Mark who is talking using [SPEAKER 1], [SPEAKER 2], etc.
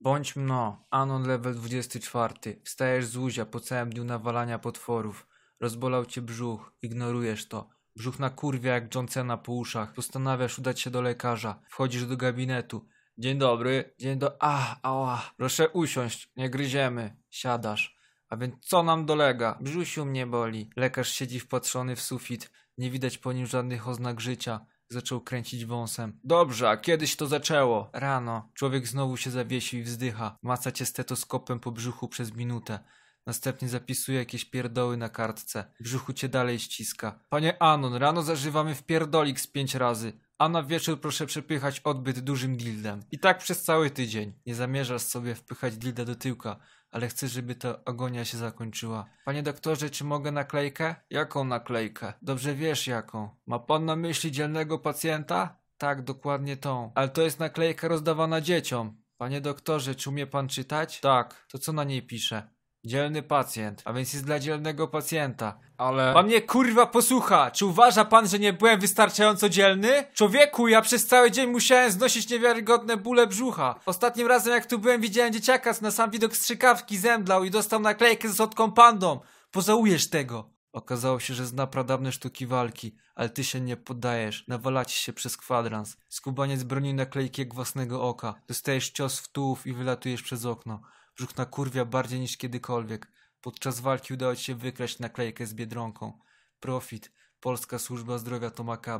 [SPEAKER 1] Bądź mno, Anon level 24. Wstajesz z łóża po całym dniu nawalania potworów. Rozbolał cię brzuch, ignorujesz to. Brzuch na kurwie jak Johnsona po uszach. Postanawiasz udać się do lekarza. Wchodzisz do gabinetu. Dzień dobry. Dzień do... Ah, ała. Proszę usiąść, nie gryziemy. Siadasz. A więc co nam dolega? Brzusiu mnie boli. Lekarz siedzi wpatrzony w sufit. Nie widać po nim żadnych oznak życia. Zaczął kręcić wąsem. Dobrze, a kiedyś to zaczęło? Rano. Człowiek znowu się zawiesił i wzdycha. Maca cię stetoskopem po brzuchu przez minutę. Następnie zapisuje jakieś pierdoły na kartce. Brzuchu cię dalej ściska. Panie Anon, rano zażywamy w pierdolik z pięć razy. A na wieczór proszę przepychać odbyt dużym dildem. I tak przez cały tydzień. Nie zamierzasz sobie wpychać dilda do tyłka, ale chcę, żeby ta agonia się zakończyła. Panie doktorze, czy mogę naklejkę? Jaką naklejkę? Dobrze wiesz jaką. Ma pan na myśli dzielnego pacjenta? Tak, dokładnie tą. Ale to jest naklejka rozdawana dzieciom. Panie doktorze, czy umie pan czytać? Tak. To co na niej pisze? Dzielny pacjent, a więc jest dla dzielnego pacjenta. Ale. Pan mnie kurwa posłucha! Czy uważa pan, że nie byłem wystarczająco dzielny? Człowieku, ja przez cały dzień musiałem znosić niewiarygodne bóle brzucha. Ostatnim razem, jak tu byłem, widziałem dzieciaka, co na sam widok strzykawki zemdlał i dostał naklejkę ze słodką pandą. Pozałujesz tego. Okazało się, że zna pradawne sztuki walki, ale ty się nie poddajesz. Nawalacie się przez kwadrans. Skubaniec broni naklejki jak własnego oka. Dostajesz cios w tułów i wylatujesz przez okno. Brzuch na kurwia bardziej niż kiedykolwiek. Podczas walki udało ci się wykraść naklejkę z Biedronką. Profit. Polska Służba Zdrowia to makabra.